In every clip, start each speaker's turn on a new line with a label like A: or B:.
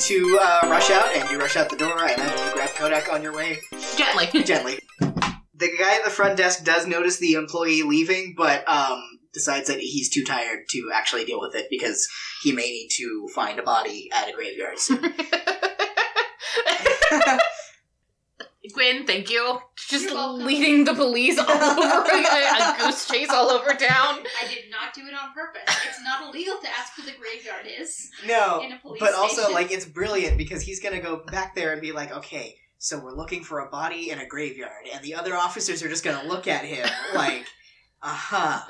A: two uh, rush out, and you rush out the door, and then you grab Kodak on your way
B: Gently.
A: gently. The guy at the front desk does notice the employee leaving, but um, decides that he's too tired to actually deal with it because he may need to find a body at a graveyard soon.
B: Gwen, thank you. Just
C: You're welcome.
B: leading the police all over a goose chase all over town.
C: I did not do it on purpose. It's not illegal to ask who the graveyard is
A: no,
C: in a police
A: Oh, but also
C: station.
A: like it's brilliant because he's gonna go back there and be like, okay, so we're looking for a body in a graveyard, and the other officers are just gonna look at him like, uh huh,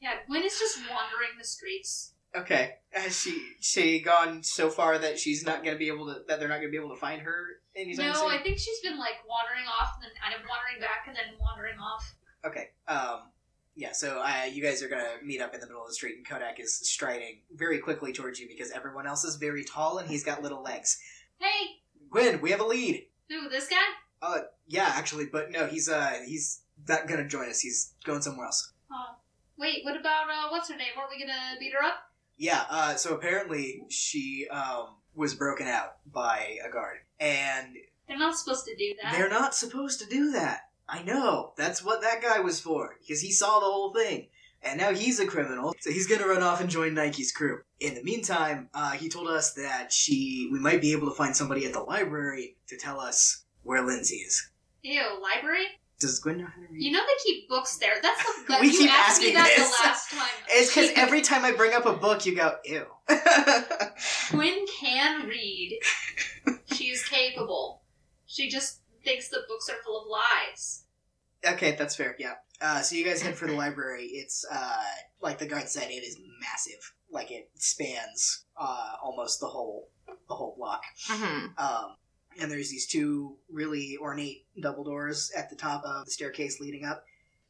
C: yeah, Gwen is just wandering the streets.
A: okay. Has she she gone so far that she's not gonna be able to that they're not gonna be able to find her anytime
C: no,
A: soon?
C: I think she's been like wandering off, and then kind of wandering back, and then wandering off.
A: Okay. Um, yeah, so uh, you guys are going to meet up in the middle of the street, and Kodak is striding very quickly towards you because everyone else is very tall and he's got little legs.
C: Hey,
A: Gwen, we have a lead!
C: who this guy?
A: Yeah, actually, but no, he's uh, he's not going to join us. He's going somewhere else.
C: Oh, wait. What about uh, what's her name? Weren't we gonna beat her up?
A: Yeah, uh, so apparently she um, was broken out by a guard. And
C: They're not supposed to do that.
A: they're not supposed to do that. I know. That's what that guy was for because he saw the whole thing. And now he's a criminal, so he's gonna run off and join Nike's crew. In the meantime, uh, he told us that she, we might be able to find somebody at the library to tell us where Lindsay is.
C: Ew, library.
A: Does Gwen know how to read?
C: You know they keep books there. That's the that
A: We
C: you
A: keep
C: asked
A: asking
C: me that
A: this.
C: the last time.
A: it's because
C: She-
A: every time I bring up a book, you go, ew.
C: Gwen can read. she is capable. She just thinks the books are full of lies.
A: okay, that's fair. Yeah. Uh, so you guys head for the library. It's uh, like the guard said, it is massive. Like it spans uh, almost the whole the whole block.
B: Mhm.
A: Um, and there's these two really ornate double doors at the top of the staircase leading up.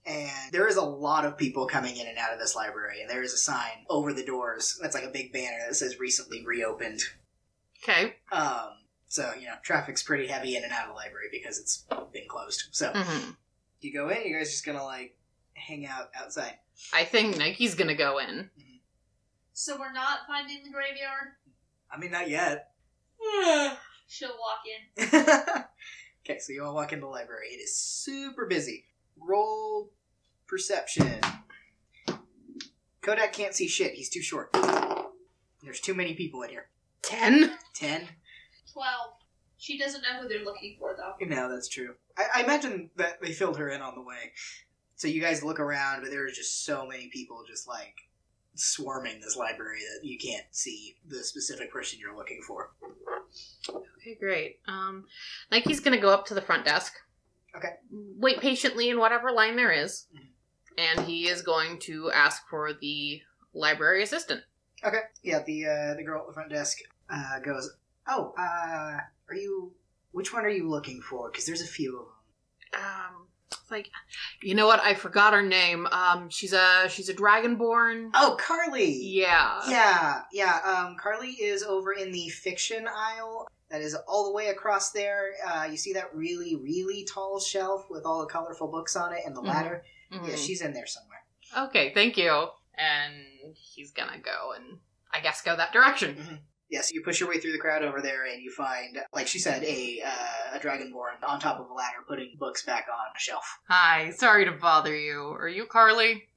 A: And there is a lot of people coming in and out of this library. And there is a sign over the doors that's like a big banner that says recently reopened.
B: Okay.
A: Um, so, you know, traffic's pretty heavy in and out of the library because it's been closed. So,
B: Mhm.
A: you go in, you guys just gonna like hang out outside.
B: I think Nike's gonna go in.
C: So we're not finding the graveyard.
A: I mean, not yet.
C: She'll walk in.
A: okay, so you all walk into the library. It is super busy. Roll perception. Kodak can't see shit. He's too short. There's too many people in here.
B: Ten.
A: Ten?
C: Twelve. She doesn't know who they're looking for though.
A: No, that's true. I, I imagine that they filled her in on the way. So you guys look around, but there's just so many people just like swarming this library that you can't see the specific person you're looking for.
B: Okay, great. Um, Nike's gonna go up to the front desk.
A: Okay.
B: Wait patiently in whatever line there is,
A: Mhm.
B: and he is going to ask for the library assistant.
A: Okay. Yeah, the uh, the girl at the front desk uh, goes, "Oh, uh, are you? Which one are you looking for? Because there's a few of them."
B: Um, it's like, you know what? I forgot her name. Um, she's a she's a dragonborn.
A: Oh, Carly.
B: Yeah.
A: Yeah, yeah. Um, Carly is over in the fiction aisle. That is all the way across there. Uh, you see that really, really tall shelf with all the colorful books on it and the
B: Mhm.
A: ladder.
B: Mhm.
A: Yeah, she's in there somewhere.
B: Okay, thank you. And he's gonna go and I guess go that direction.
A: Yeah, so you push your way through the crowd over there, and you find, like she said, a uh, a dragonborn on top of a ladder putting books back on a shelf.
B: Hi, sorry to bother you. Are you Carly?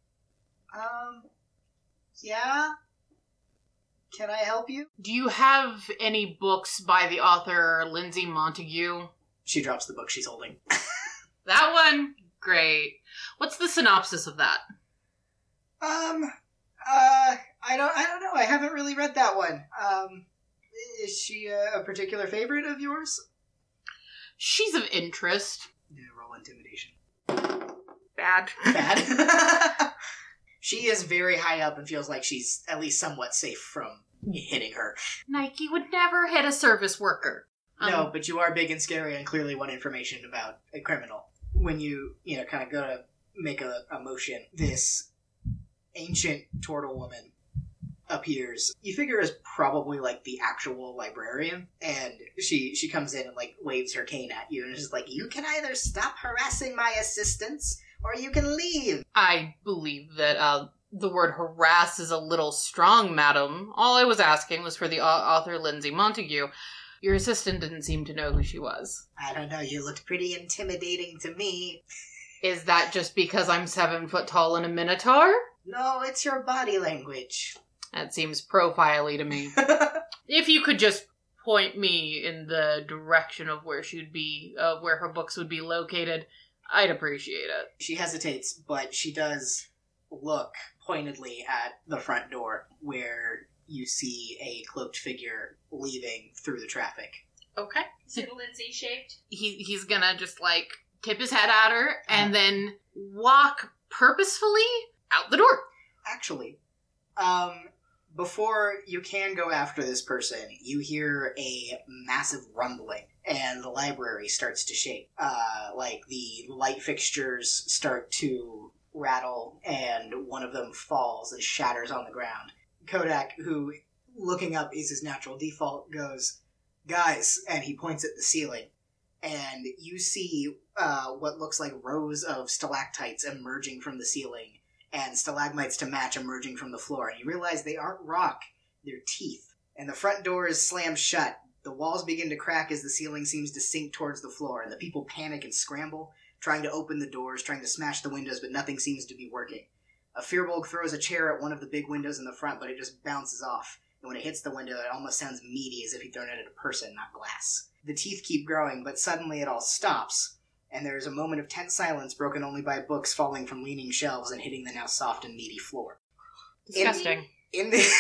A: Um, yeah. Can I help you?
B: Do you have any books by the author Lindsay Montague?
A: She drops the book she's holding.
B: That one? Great. What's the synopsis of that?
A: Um, uh, I don't, I don't know. I haven't really read that one. Um, is she a, a particular favorite of yours?
B: She's of interest.
A: Yeah, roll intimidation.
B: Bad.
A: Bad. she is very high up and feels like she's at least somewhat safe from hitting her.
B: Nike would never hit a service worker. Um,
A: no, but you are big and scary and clearly want information about a criminal. When you, you know, kind of go to make a, a motion, this ancient turtle woman appears. You figure is probably like the actual librarian, and she she comes in and like waves her cane at you and is just like, "You can either stop harassing my assistants, or you can leave."
B: I believe that uh, the word harass is a little strong, madam. All I was asking was for the au- author Lindsay Montague. Your assistant didn't seem to know who she was.
A: I don't know. You looked pretty intimidating to me.
B: Is that just because I'm seven foot tall and a minotaur?
A: No, it's your body language.
B: That seems profiley to me. if you could just point me in the direction of where she'd be, of where her books would be located, I'd appreciate it.
A: She hesitates, but she does look pointedly at the front door where you see a cloaked figure leaving through the traffic.
B: Okay.
C: Super Lindsay shaped.
B: he he's gonna just like tip his head at her and then walk purposefully out the door.
A: Actually, um, before you can go after this person, you hear a massive rumbling, and the library starts to shake. Uh, like the light fixtures start to rattle, and one of them falls and shatters on the ground. Kodak, who looking up is his natural default, goes, "Guys," and he points at the ceiling. And you see uh, what looks like rows of stalactites emerging from the ceiling and stalagmites to match emerging from the floor, and you realize they aren't rock, they're teeth. And the front door is slammed shut. The walls begin to crack as the ceiling seems to sink towards the floor, and the people panic and scramble, trying to open the doors, trying to smash the windows, but nothing seems to be working. A Firbolg throws a chair at one of the big windows in the front, but it just bounces off. And when it hits the window, it almost sounds meaty as if he'd thrown it at a person, not glass. The teeth keep growing, but suddenly it all stops, and there is a moment of tense silence broken only by books falling from leaning shelves and hitting the now soft and meaty floor.
B: Disgusting.
A: In this,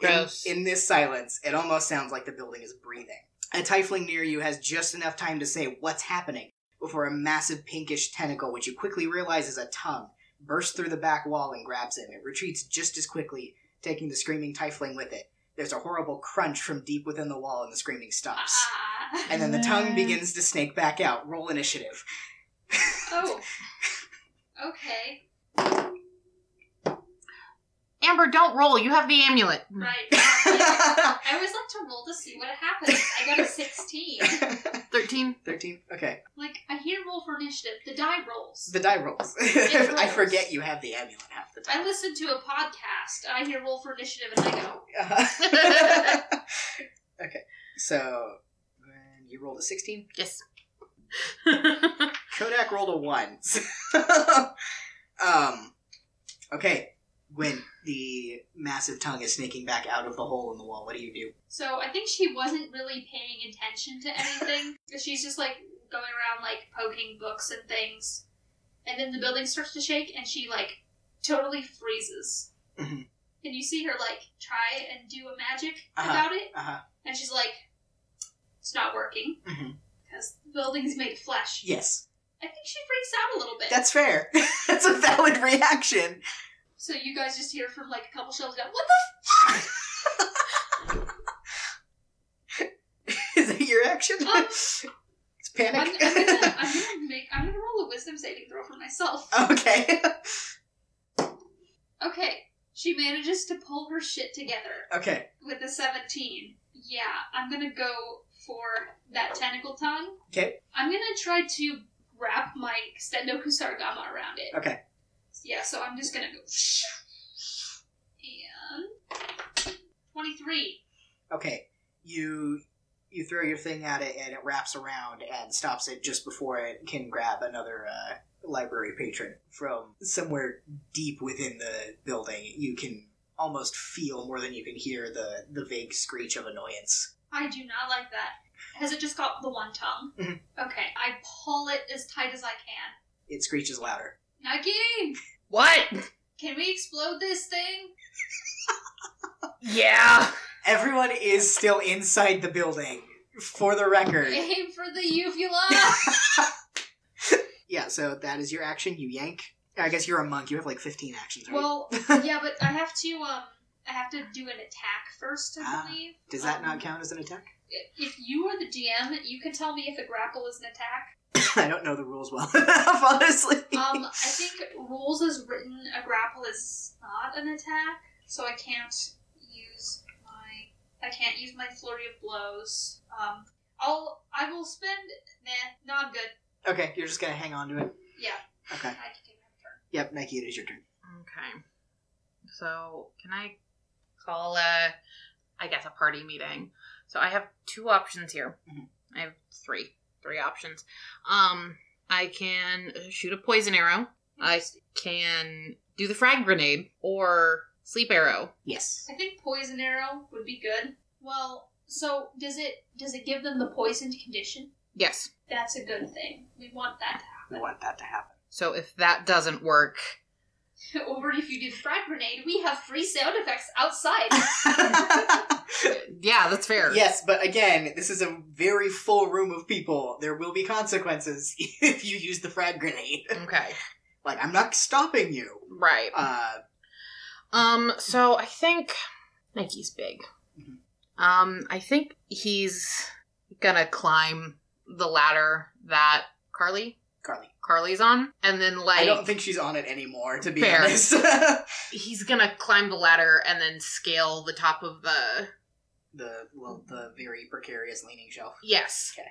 B: Gross.
A: In, in this silence, it almost sounds like the building is breathing. A tiefling near you has just enough time to say what's happening before a massive pinkish tentacle, which you quickly realize is a tongue, bursts through the back wall and grabs him. It retreats just as quickly, taking the screaming tiefling with it. There's a horrible crunch from deep within the wall, and the screaming stops.
C: Ah.
A: And then the tongue
B: Nah.
A: begins to snake back out. Roll initiative.
C: Oh. Okay.
B: Amber, don't roll. You have the amulet.
C: Right.
A: Thirteen.
C: I always like to roll to see what happens. I got a 16.
B: Thirteen.
A: Okay.
C: Like, I hit a roll for initiative. The die rolls.
A: The die rolls.
C: It
A: I
C: rolls.
A: forget you have the amulet half the
C: I
A: time.
C: listen to a podcast. I hear roll for initiative and I go,
A: Uh-huh. okay. So and you rolled a sixteen.
B: Yes.
A: Kodak rolled a one. So, um. Okay. When the massive tongue is snaking back out of the hole in the wall, what do you do?
C: So I think she wasn't really paying attention to anything. She's just like going around like poking books and things. And then the building starts to shake and she like totally freezes.
A: Mhm.
C: And you see her like try and do a magic
A: Uh-huh.
C: about it.
A: Uh huh.
C: And she's like, it's not working
A: Mhm.
C: because the building's made of flesh.
A: Yes,
C: I think she freaks out a little bit.
A: that's fair. that's a valid reaction.
C: so you guys just hear from like a couple shelves down, what
A: Is that your action?
C: Um,
A: it's
C: the? I'm,
A: panic.
C: I'm, gonna, I'm gonna make, I'm gonna roll a wisdom saving throw for
A: Oh.
C: myself.
A: okay.
C: Okay, she manages to pull her shit together
A: Okay.
C: with a 17. Yeah, I'm gonna go for that tentacle tongue.
A: Okay.
C: I'm gonna try to wrap my extendo kusarigama around it.
A: Okay.
C: Yeah, so I'm just gonna go. And. 23.
A: Okay. You you throw your thing at it and it wraps around and stops it just before it can grab another uh, library patron from somewhere deep within the building. You can almost feel more than you can hear the the vague screech of annoyance.
C: I do not like that. Has it just got the one tongue?
A: Mhm.
C: Okay, I pull it as tight as I can.
A: It screeches louder.
C: Nike!
B: what?
C: Can we explode this thing?
B: Yeah.
A: Everyone is still inside the building. For the record.
C: Aim for the uvula!
A: Yeah, so that is your action. You yank. I guess you're a monk. You have like 15 actions, right?
C: Well, yeah, but I have to um, I have to do an attack first, I
A: Ah,
C: believe.
A: Does that
C: um,
A: not count as an attack?
C: If you are the GM, you can tell me if a grapple is an attack.
A: I don't know the rules well enough, honestly.
C: Um, I think rules is written a grapple is not an attack, so I can't use my I can't use my flurry of blows. Um, I'll I will spend nah, no, I'm good.
A: Okay, you're just gonna hang on to it.
C: Yeah,
A: Okay.
C: I can take my turn.
A: Yep, Nike, it is your turn.
B: Okay. So can I call a, I guess a party meeting? So I have two options here.
A: Mhm.
B: I have three, three options. Um, I can shoot a poison arrow. I can do the frag grenade or sleep arrow.
A: Yes.
C: I think poison arrow would be good. Well, so does it does it give them the poisoned condition?
B: Yes.
C: That's a good thing. We want that
A: We want that to happen.
B: So if that doesn't work,
C: to happen. Or if you do the frag grenade, we have free sound effects outside.
B: yeah, that's fair.
A: yes, but again, this is a very full room of people. There will be consequences if you use the frag grenade.
B: Okay.
A: Like, I'm not stopping you.
B: Right.
A: Uh,
B: Um, so I think Nike's big.
A: Mhm.
B: Um, I think he's gonna climb the ladder that Carly
A: Carly.
B: Carly's on, and then like
A: I don't think she's on it anymore, to be
B: Fair.
A: honest.
B: he's gonna climb the ladder and then scale the top of the
A: the well, the very precarious leaning shelf.
B: yes.
A: Okay.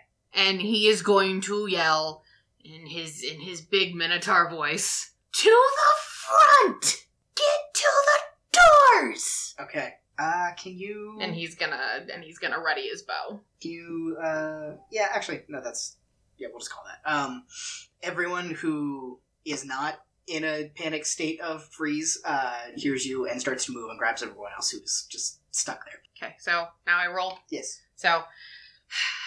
B: And he is going to yell in his in his big minotaur voice to the front, get to the doors.
A: Okay. Uh, can you?
B: And he's gonna and he's gonna ready his bow.
A: Can you? Uh, yeah. Actually, no. That's yeah. We'll just call that. Um, everyone who is not in a panic state of freeze uh, hears you and starts to move and grabs everyone else who's just stuck there.
B: Okay, so now I roll.
A: Yes.
B: So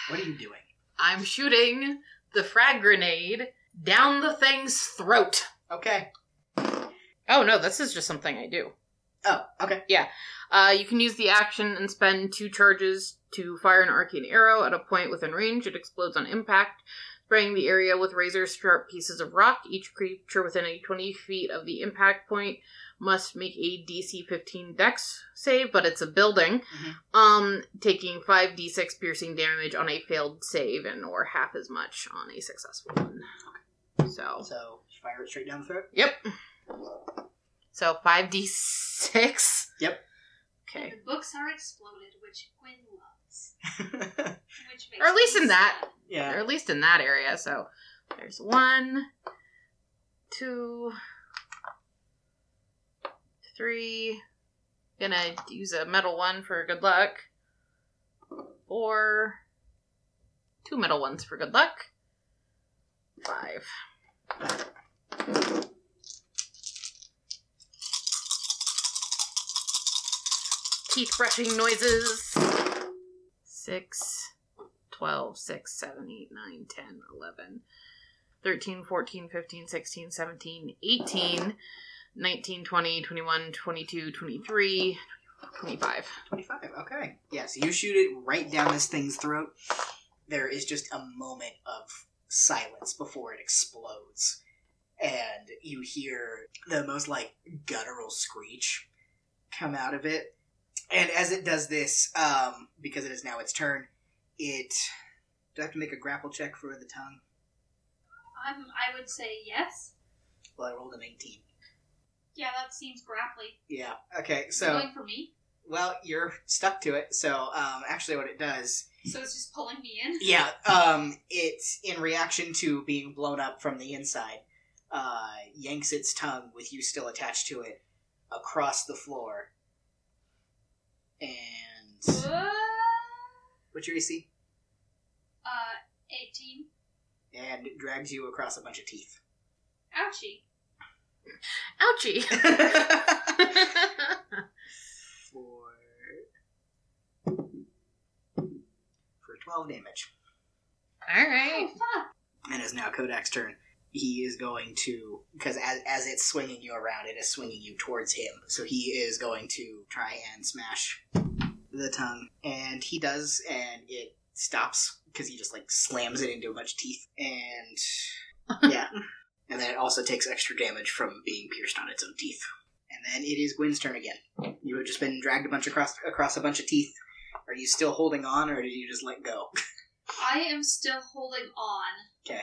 A: What are you doing?
B: I'm shooting the frag grenade down the thing's throat.
A: Okay.
B: Oh no, this is just something I do.
A: Oh. Okay.
B: Uh, you can use the action and spend two charges to fire an arcane arrow at a point within range. It explodes on impact, spraying the area with razor sharp pieces of rock. Each creature within a 20 feet of the impact point must make a DC 15 dex save, but it's a building. Um, taking 5d6 piercing damage on a failed save and or half as much on a successful one. So,
A: So fire it straight down the throat.
B: yep. So 5d6.
A: Yep.
B: Okay.
C: The books are exploded, which Gwen loves. Which makes
B: Or at least
C: me
B: in that.
C: sad.
A: yeah.
B: or at least in that area. So there's one, two, three. Gonna use a metal one for good luck. Four, two metal ones for good luck. Five. Teeth brushing noises. Six. 12, 6, 7, 8, 9, 10, 11, 13, 14, 15, 16, 17, 18, 19, 20, 21, 22, 23, 25.
A: 25. Okay. Yes, you shoot it right down this thing's throat. There is just a moment of silence before it explodes. And you hear the most like guttural screech come out of it. And as it does this, um, because it is now its turn, it. Do I have to make a grapple check for the tongue?
C: I'm, I would say yes.
A: Well, I rolled an 18.
C: Yeah, that seems grapply.
A: Yeah. Okay,
C: It's
A: so.
C: going for me.
A: Well, you're stuck to it. So, um, actually, what it does
C: So it's just pulling me in.
A: Yeah, um, it's in reaction to being blown up from the inside, uh, yanks its tongue with you still attached to it across the floor. And
C: Uh,
A: what's your AC?
C: uh, 18.
A: And drags you across a bunch of teeth.
C: Ouchie.
B: Ouchie!
A: for for twelve damage.
B: All right.
C: Oh, fuck.
A: And is now Kodak's turn. He is going to because as as it's swinging you around, it is swinging you towards him. So he is going to try and smash the tongue, and he does, and it stops because he just like slams it into a bunch of teeth, and yeah, and then it also takes extra damage from being pierced on its own teeth. And then it is Gwen's turn again. You have just been dragged a bunch across across a bunch of teeth. Are you still holding on, or did you just let go?
C: I am still holding on.
A: 'Kay.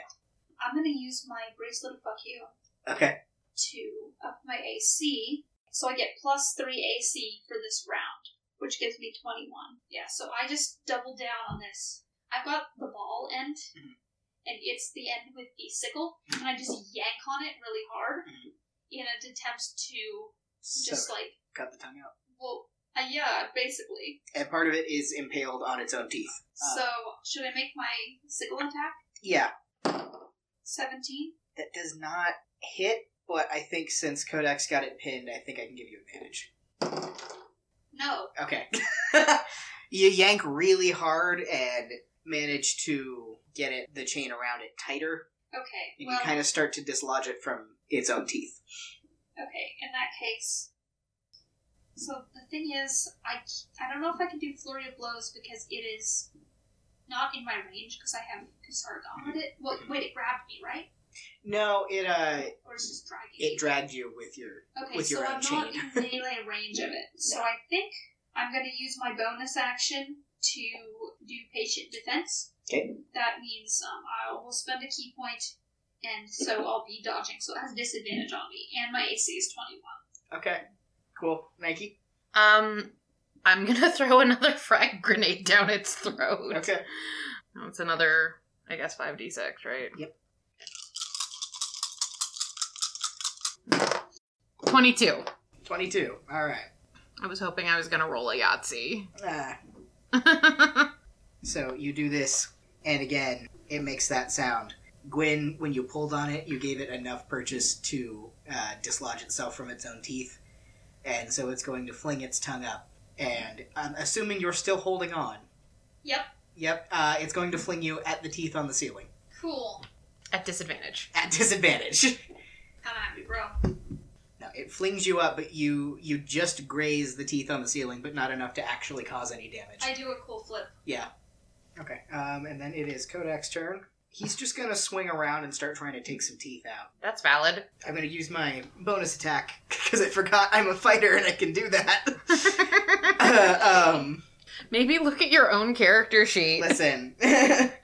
C: I'm gonna use my bracelet of fuck you
A: Okay,
C: to up my AC, so I get plus three AC for this round, which gives me 21. Yeah, so I just double down on this. I've got the ball end,
A: Mhm.
C: and it's the end with the sickle, and I just yank on it really hard
A: Mhm.
C: in an attempt to Just
A: So,
C: like,
A: cut the tongue out.
C: well, uh, yeah, basically.
A: And part of it is impaled on its own teeth. Uh,
C: so, should I make my sickle attack?
A: Yeah,
C: 17?
A: that does not hit, but I think since Codex got it pinned, I think I can give you advantage.
C: No.
A: Okay. you yank really hard and manage to get it the chain around it tighter,
C: Okay.
A: and
C: well,
A: you kind of start to dislodge it from its own teeth.
C: okay, in that case. So, the thing is, I, c- I don't know if I can do Flurry of Blows because it is not in my range because I have Kusar Gauntlet. it. Well, wait, it grabbed me, right?
A: No, it uh,
C: Or it's just dragging me?
A: it dragged you with your
C: Okay,
A: with your
C: so
A: own
C: I'm not
A: chain.
C: in melee range of it. So I think I'm going to use my bonus action to do patient defense.
A: Okay.
C: That means um, I will spend a key point, and so I'll be dodging, so it has disadvantage on me, and my AC is 21.
A: Okay. Cool. Nike.
B: Um, I'm gonna throw another frag grenade down its throat.
A: Okay.
B: That's another, I guess, five d six, right?
A: Yep.
B: Twenty two.
A: Twenty two. Alright.
B: I was hoping I was gonna roll a Yahtzee.
A: Uh, so you do this and again it makes that sound. Gwen, when you pulled on it, you gave it enough purchase to uh, dislodge itself from its own teeth. And so it's going to fling its tongue up. And I'm assuming you're still holding on.
C: Yep,
A: Yep, uh, it's going to fling you at the teeth on the ceiling.
C: cool.
B: At disadvantage.
A: At disadvantage.
C: I'm happy, bro.
A: No, it flings you up, but you you just graze the teeth on the ceiling, but not enough to actually cause any damage.
C: I do a cool flip.
A: Yeah. Okay. Um, and then it is Kodak's turn. He's just gonna swing around and start trying to take some teeth out.
B: That's valid.
A: I'm gonna use my bonus attack because I forgot I'm a fighter and I can do that. Uh, um,
B: Maybe look at your own character sheet.
A: listen.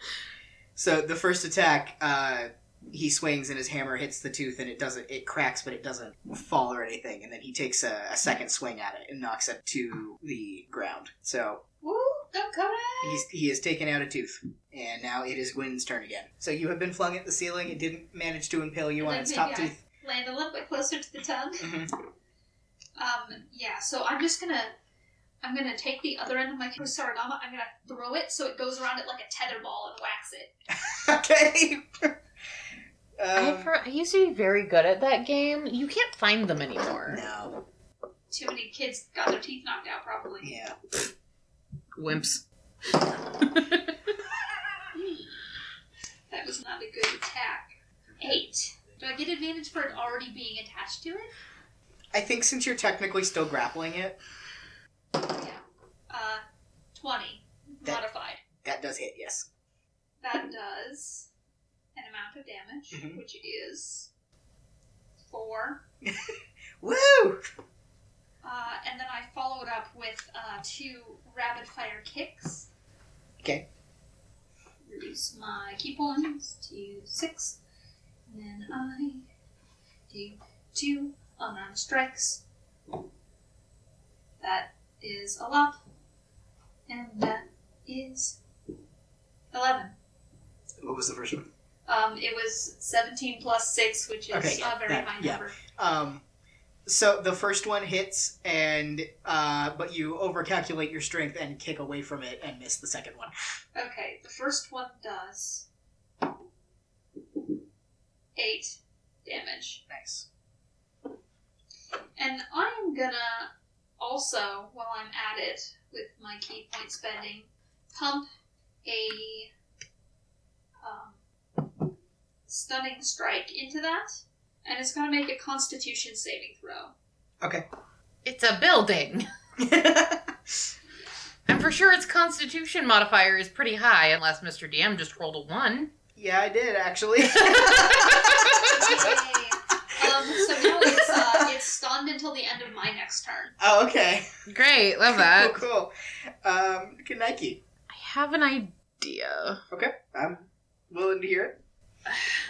A: so the first attack, uh, he swings and his hammer hits the tooth and it doesn't. It cracks, but it doesn't fall or anything. And then he takes a, a second swing at it and knocks it to the ground. So
C: Woo, go Kodak!
A: He's, he has taken out a tooth, and now it is Gwyn's turn again. So you have been flung at the ceiling. It didn't manage to impale you on
C: Then
A: its
C: maybe
A: top
C: I-
A: tooth.
C: Land a little bit closer to the tongue.
A: Mhm.
C: Um, yeah, so I'm just gonna I'm gonna take the other end of my kusarigama, I'm gonna throw it so it goes around it like a tether ball and wax it.
A: Mm-hmm. okay.
B: I,
A: um,
B: for, I used to be very good at that game. You can't find them anymore.
A: no.
C: Too many kids got their teeth knocked out probably.
A: Yeah.
B: Wimps.
C: That was not a good attack. Eight. Do I get advantage for it already being attached to it?
A: I think since you're technically still grappling it,
C: Yeah. Uh twenty.
A: That-
C: Modified.
A: that does hit. Yes.
C: That does an amount of damage,
A: Mhm.
C: which is four.
A: Woo!
C: Uh, and then I follow it up with uh, two rapid fire kicks.
A: Okay.
C: Reduce my key points to six. And then I do two unarmed strikes. That is a lot. And that is 11.
A: What was the first one?
C: Um, it was 17 plus 6, which is
A: Okay, yeah,
C: a very
A: that-
C: high
A: yeah.
C: number.
A: Um. So the first one hits, and uh, but you overcalculate your strength and kick away from it and miss the second one.
C: Okay, the first one does eight damage.
A: Nice.
C: And I'm gonna also, while I'm at it with my key point spending, pump a um, stunning strike into that, and it's gonna make a constitution saving throw.
B: It's a building. I'm for sure its constitution modifier is pretty high, unless Mr. DM just rolled a one.
A: yeah, I did actually.
C: Yay. um, so now it's, uh, it's stunned until the end of my next turn.
A: oh, okay.
B: Great, love that.
A: cool, cool. Um, good Nike.
B: I have an idea.
A: I'm willing to hear it.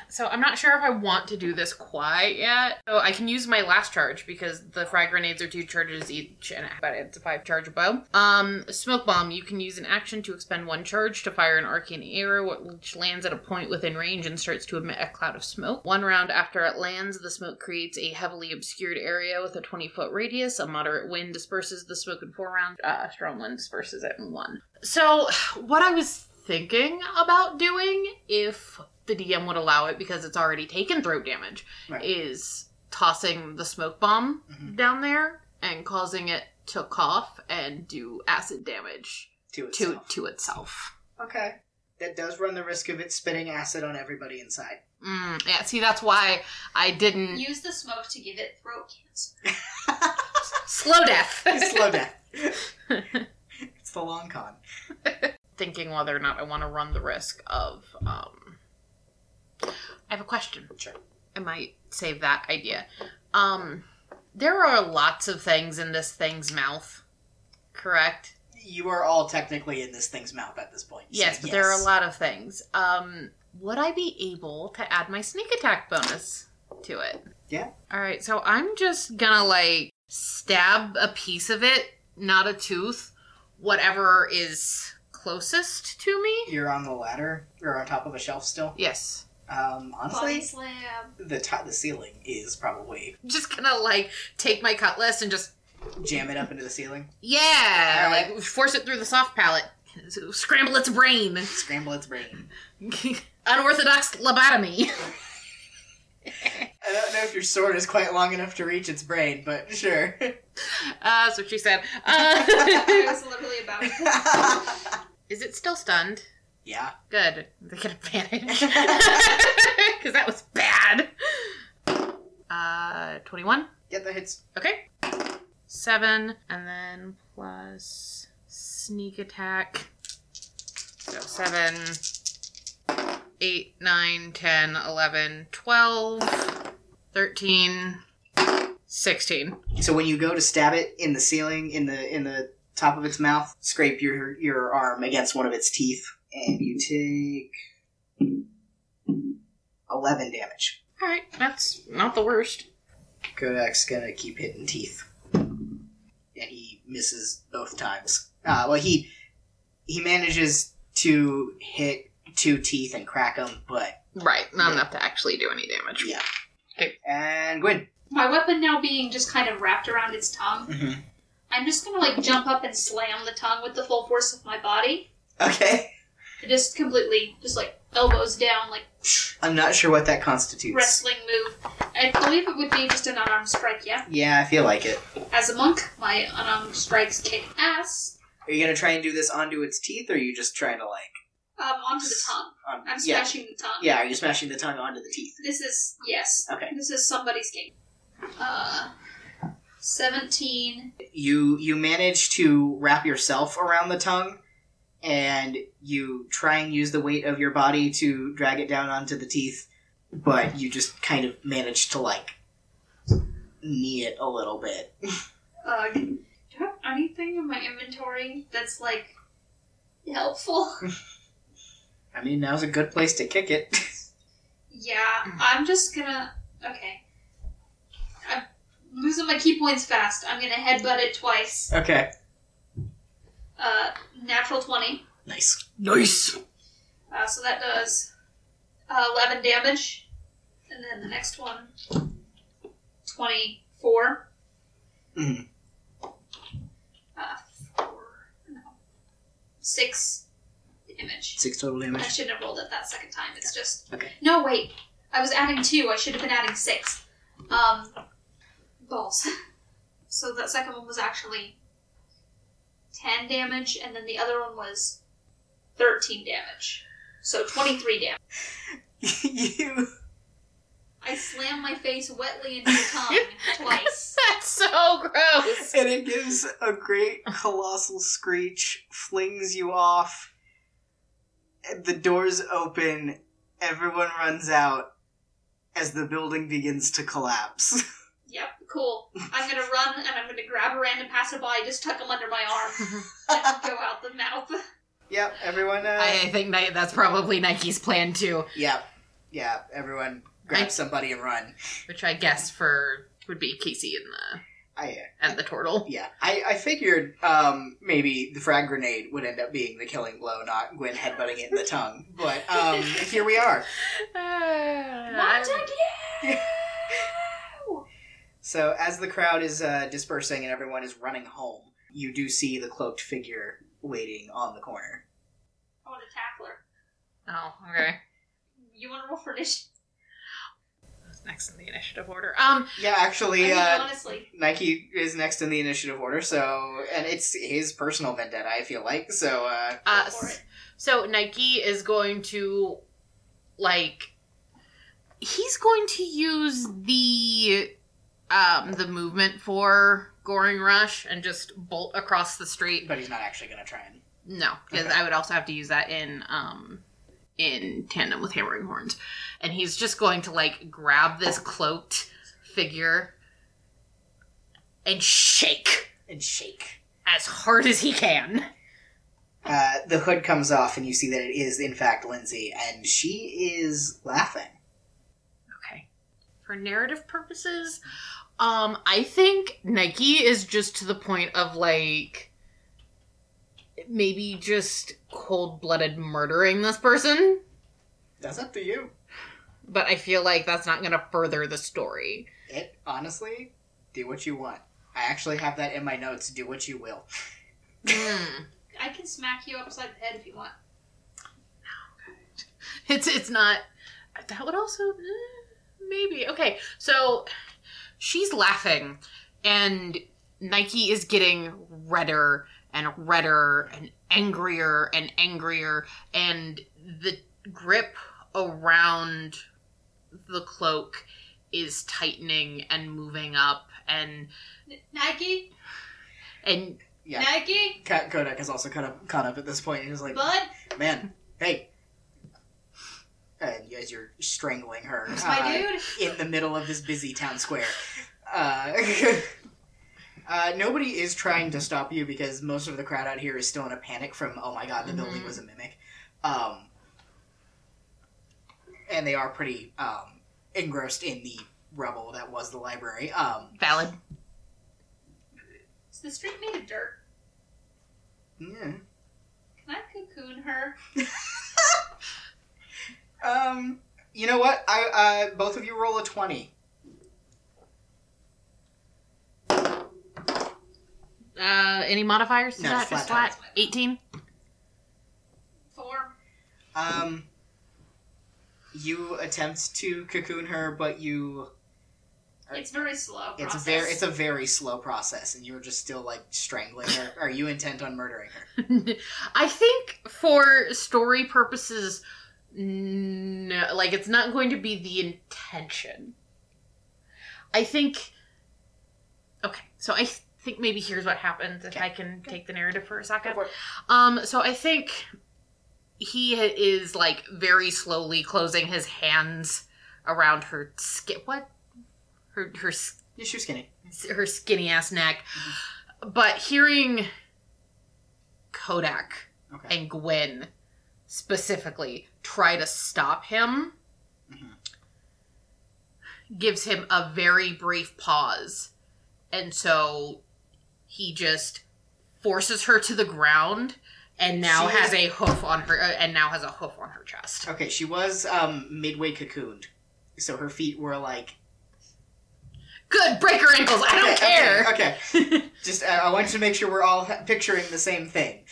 B: So I'm not sure if I want to do this quite yet. So I can use my last charge because the frag grenades are two charges each, and but it's a five charge bow. Um, smoke bomb. You can use an action to expend one charge to fire an arcane arrow, which lands at a point within range and starts to emit a cloud of smoke. One round after it lands, the smoke creates a heavily obscured area with a 20 foot radius. A moderate wind disperses the smoke in four rounds. Uh, strong wind disperses it in one. So what I was thinking about doing if the DM would allow it because it's already taken throat damage
A: Right.
B: is tossing the smoke bomb
A: Mhm.
B: down there and causing it to cough and do acid damage
A: to
B: to
A: itself.
B: to itself.
A: Okay. That does run the risk of it spitting acid on everybody inside.
B: Mm, yeah, see that's why I
A: Mm.
B: didn't
C: Use the smoke to give it throat cancer.
B: slow death.
A: Slow death. it's the long con.
B: Thinking whether or not I want to run the risk of um I have a question.
A: Sure.
B: I might save that idea. Um, there are lots of things in this thing's mouth, correct?
A: You are all technically in this thing's mouth at this point.
B: Yes,
A: So
B: but there are a lot of things. Um, would I be able to add my sneak attack bonus to it?
A: Yeah.
B: All right, so I'm just gonna like stab a piece of it, not a tooth, whatever is closest to me.
A: You're on the ladder. You're on top of a shelf still.
B: Yes.
A: Um,
C: Body
A: honestly,
C: slam.
A: the top, the ceiling is probably
B: Just gonna like take my cutlass and just
A: jam it up into the ceiling,
B: yeah,
A: All right.
B: like force it through the soft palate, scramble its brain.
A: scramble its brain.
B: Unorthodox lobotomy.
A: I don't know if your sword is quite long enough to reach its brain, but sure.
B: Uh, that's what she said. Uh,
C: I was literally about to.
B: is it still stunned?
A: yeah.
B: Good. They get advantage. Because that was bad. Uh, 21.
A: Yeah, that hits.
B: Okay. 7. And then plus sneak attack. So 7, 8, 9, 10, 11, 12, 13, 16.
A: So when you go to stab it in the ceiling, in the in the top of its mouth, scrape your your arm against one of its teeth, and you take eleven damage.
B: Alright, that's not the worst.
A: Kodak's gonna keep hitting teeth, and he misses both times. Uh, well, he he manages to hit two teeth and crack them, but
B: Right, not enough to actually do any damage.
A: yeah. And Gwyn.
C: My weapon now being just kind of wrapped around its tongue. I'm just gonna like jump up and slam the tongue with the full force of my body.
A: Okay.
C: Just completely, just like elbows down, like
A: I'm not sure what that constitutes.
C: wrestling move. I believe it would be just an unarmed strike, yeah.
A: Yeah, I feel like it.
C: As a monk, my unarmed strikes kick ass
A: Are you gonna try and do this onto its teeth, or are you just trying to like?
C: um, onto the tongue.
A: Um,
C: I'm
A: yeah,
C: smashing the tongue.
A: yeah. Are you smashing the tongue onto the teeth?
C: This is yes.
A: Okay.
C: This is somebody's game. Uh, seventeen.
A: You you manage to wrap yourself around the tongue, and you try and use the weight of your body to drag it down onto the teeth, but you just kind of manage to like knee it a little bit.
C: Uh, do I have anything in my inventory that's like helpful?
A: I mean, now's a good place to kick it.
C: yeah, I'm just gonna. Okay. I'm losing my key points fast. I'm gonna headbutt it twice.
A: okay.
C: Uh, natural twenty.
A: Nice. Nice.
C: Uh, so that does uh, eleven damage, and then the next one. Twenty-four.
A: Mm.
C: Uh, four, no, six damage.
A: Six total
C: I
A: damage.
C: shouldn't have rolled it that second time. It's just
A: Okay.
C: no. Wait, I was adding two. I should have been adding six. Um, balls. So that second one was actually ten damage, and then the other one was thirteen damage. So twenty-three damage.
A: you.
C: I slammed my face wetly into the tongue twice.
B: That's so gross.
A: and it gives a great colossal screech, flings you off. The doors open, everyone runs out as the building begins to collapse.
C: Yep, cool. I'm gonna run and I'm gonna grab a random passerby, just tuck him under my arm, and go out the mouth.
A: yep, everyone. Uh,
B: I think that, that's probably Nike's plan too.
A: yep. yeah, everyone grab
B: I-
A: somebody and run.
B: which I guess for would be Casey and the
A: I
B: and the turtle.
A: yeah, I, I figured um, maybe the frag grenade would end up being the killing blow, not Gwen headbutting it in the tongue. But um, here we are.
C: Uh, Not
B: Uh,
C: again!
A: So as the crowd is uh, dispersing and everyone is running home, you do see the cloaked figure waiting on the corner.
C: I want to tackle her.
B: oh, okay.
C: You want to roll for initiative?
B: Next in the initiative order. Um,
A: Yeah,
C: I
A: actually,
C: mean,
A: uh,
C: honestly,
A: Nike is next in the initiative order. So, and it's his personal vendetta. I feel like so. Uh,
B: uh,
C: for it.
B: so Nike is going to like he's going to use the um the movement for Goring Rush and just bolt across the street.
A: but he's not actually going to try and.
B: No, because
A: Okay.
B: I would also have to use that in um in tandem with hammering horns. And he's just going to like grab this cloaked figure and shake
A: And shake.
B: as hard as he can.
A: Uh, the hood comes off, and you see that it is, in fact, Lindsay, and she is laughing.
B: Okay. For narrative purposes, um I think Nike is just to the point of like maybe just cold-blooded murdering this person.
A: That's up to you.
B: But I feel like that's not gonna further the story.
A: It honestly, do what you want. I actually have that in my notes. Do what you will.
B: Hmm.
C: I can smack you upside the head if you want.
B: It's it's not that would also eh, maybe okay. So she's laughing, and Nike is getting redder and redder and angrier and angrier, and the grip around the cloak is tightening and moving up, and
C: N- Nike?
B: and
A: Yeah.
C: Nike?
A: Ka- Kodak is also kind of caught up at this point, and is like,
C: Bud?
A: "Man, hey." And you guys are strangling her
C: It's my
A: uh,
C: dude?
A: in the middle of this busy town square. Uh, uh, nobody is trying to stop you because most of the crowd out here is still in a panic from "Oh my god, the building
B: Mhm.
A: was a mimic," um, and they are pretty um, engrossed in the rubble that was the library. Um,
B: valid.
C: Is the street made of dirt?
A: yeah.
C: Can I cocoon her?
A: Um, you know what? I uh, both of you roll a twenty.
B: Uh, any modifiers to
A: No,
B: that?
A: flat
B: Just flat.
C: top.
B: Eighteen.
C: Four.
A: Um, you attempt to cocoon her, but you
C: It's very slow.
A: Uh, It's
C: process.
A: very it's a very slow process and you're just still like strangling her. Are you intent on murdering her?
B: I think for story purposes, no, like it's not going to be the intention. I think. Okay, so I think maybe here's what happens if
A: Okay.
B: I can take the narrative for a second.
A: for it.
B: Um, so I think he ha- is like very slowly closing his hands around her skin. What? Her her skin
A: You're shoe skinny.
B: her skinny ass neck.
A: Mm-hmm.
B: But hearing Kodak
A: Okay.
B: and Gwen specifically try to stop him
A: Mhm.
B: gives him a very brief pause. And so he just forces her to the ground and now
A: She-
B: has a hoof on her uh, and now has a hoof on her chest.
A: Okay, she was um midway cocooned. So her feet were like
B: Good, break her ankles. I don't
A: Okay,
B: care.
A: Okay. okay. just uh, I, I want you to make sure we're all ha- picturing the same thing.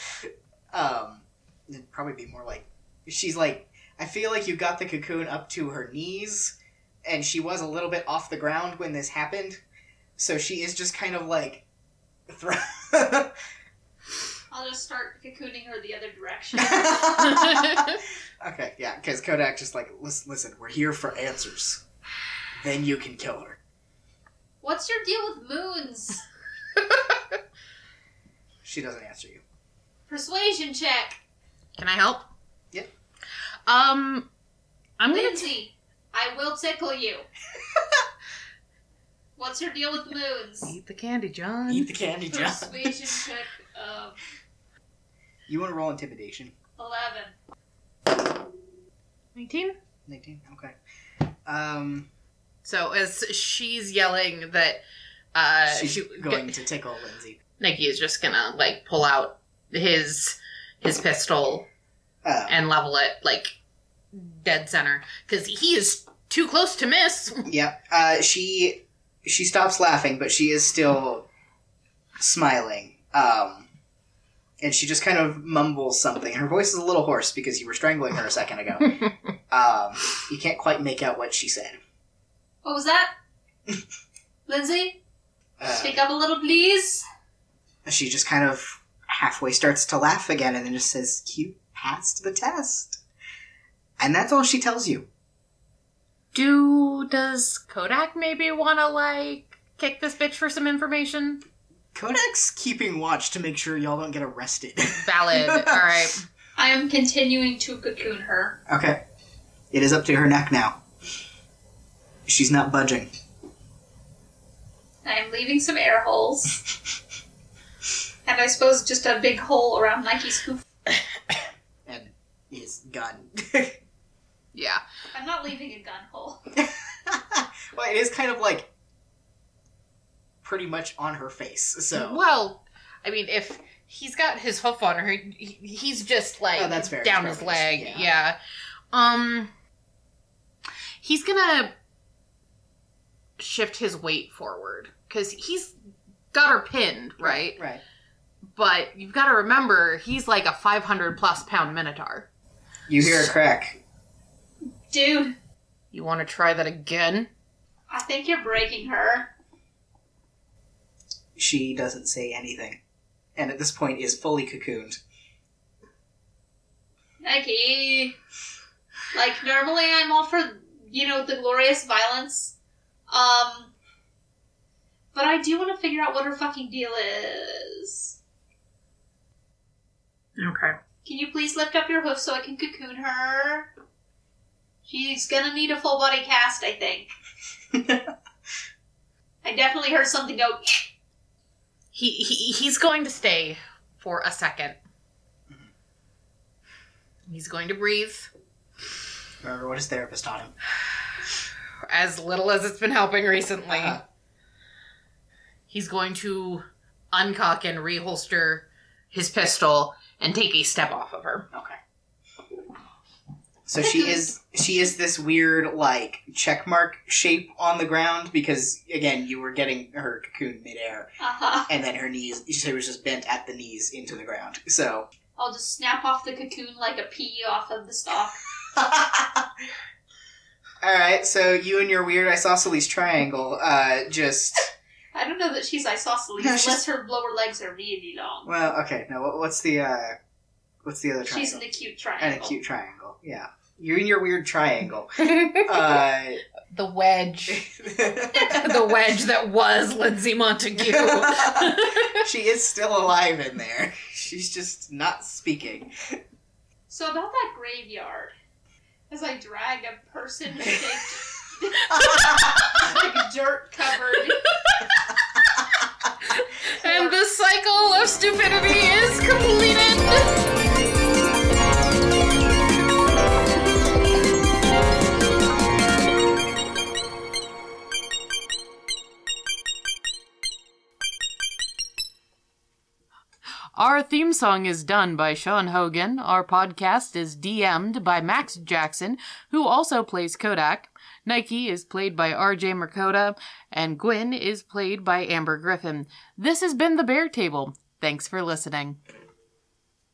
A: Um it'd probably be more like she's like I feel like you got the cocoon up to her knees and she was a little bit off the ground when this happened. So she is just kind of like throw
C: I'll just start cocooning her the other direction.
A: okay, yeah, because Kodak just like listen, listen, we're here for answers. Then you can kill her.
C: What's your deal with moons?
A: She doesn't answer you.
C: Persuasion check.
B: Can I help?
A: Yeah.
B: Um I'm going to
C: Lindsay, I will tickle you. What's your deal with moons?
B: Eat the candy, John.
A: Eat the candy, John.
C: Persuasion check of
A: You want to roll intimidation?
C: 11.
B: 19?
A: Nineteen. Okay. Um,
B: So as she's yelling that uh,
A: she's
B: she,
A: going to tickle Lindsay.
B: Nikki is just gonna like pull out his his pistol
A: Uh,
B: and level it like dead center because he is too close to miss.
A: yeah. Uh, she she stops laughing, but she is still smiling. Um, and she just kind of mumbles something. Her voice is a little hoarse because you were strangling her a second ago. um, you can't quite make out what she said.
C: What was that? Lindsay,
A: Uh,
C: speak up a little, please.
A: she just kind of halfway starts to laugh again, and then just says, "You passed the test," and that's all she tells you.
B: Do does Kodak maybe want to like kick this bitch for some information?
A: Kodak's keeping watch to make sure y'all don't get arrested.
B: Valid. All right.
C: I am continuing to cocoon her.
A: okay. It is up to her neck now. She's not budging.
C: I am leaving some air holes. and I suppose just a big hole around Nike's hoof.
A: And his gun.
B: Yeah.
C: I'm not leaving a gun hole.
A: well, it is kind of like pretty much on her face, so.
B: Well, I mean, if he's got his hoof on her, he, he's just like
A: Oh, that's fair.
B: down
A: He's
B: his
A: probably
B: leg.
A: just-
B: Yeah. Um, he's gonna shift his weight forward because he's got her pinned, right?
A: Right.
B: But you've got to remember, he's like a 500 plus pound minotaur.
A: You hear a crack.
C: Dude,
B: You want to try that again?
C: I think you're breaking her.
A: She doesn't say anything. And at this point is fully cocooned.
C: Nike. Like normally I'm all for you know the glorious violence. Um but I do want to figure out what her fucking deal is.
B: Okay.
C: Can you please lift up your hoof so I can cocoon her? She's gonna need a full body cast, I think. I definitely heard something go.
B: He, he he's going to stay for a second.
A: Mm-hmm.
B: He's going to breathe
A: Remember what his therapist taught him.
B: as little as it's been helping recently.
A: Uh-huh.
B: He's going to uncock and reholster his pistol and take a step off of her.
A: Okay. So she is she is this weird like check mark shape on the ground because again you were getting her cocoon midair
C: Uh huh.
A: and then her knees she was just bent at the knees into the ground. So
C: I'll just snap off the cocoon like a pea off of the stalk.
A: All right, so you and your weird isosceles triangle uh just
C: I don't know that she's isosceles
A: No, she's-
C: unless her lower legs are really long.
A: well okay, now what- what's the uh what's the other triangle?
C: She's an acute triangle.
A: An acute triangle. Yeah. You and your weird triangle. uh
B: the wedge. the wedge that was Lindsay Montague.
A: she is still alive in there. She's just not speaking.
C: So about that graveyard, as I drag a person shaped like dirt covered.
B: and the cycle of stupidity is completed. Our theme song is done by Sean Hogan. Our podcast is DM'd by Max Jackson, who also plays Kodak. Nike is played by RJ Mercoda, and Gwen is played by Amber Griffin. This has been The Bear Table. Thanks for listening.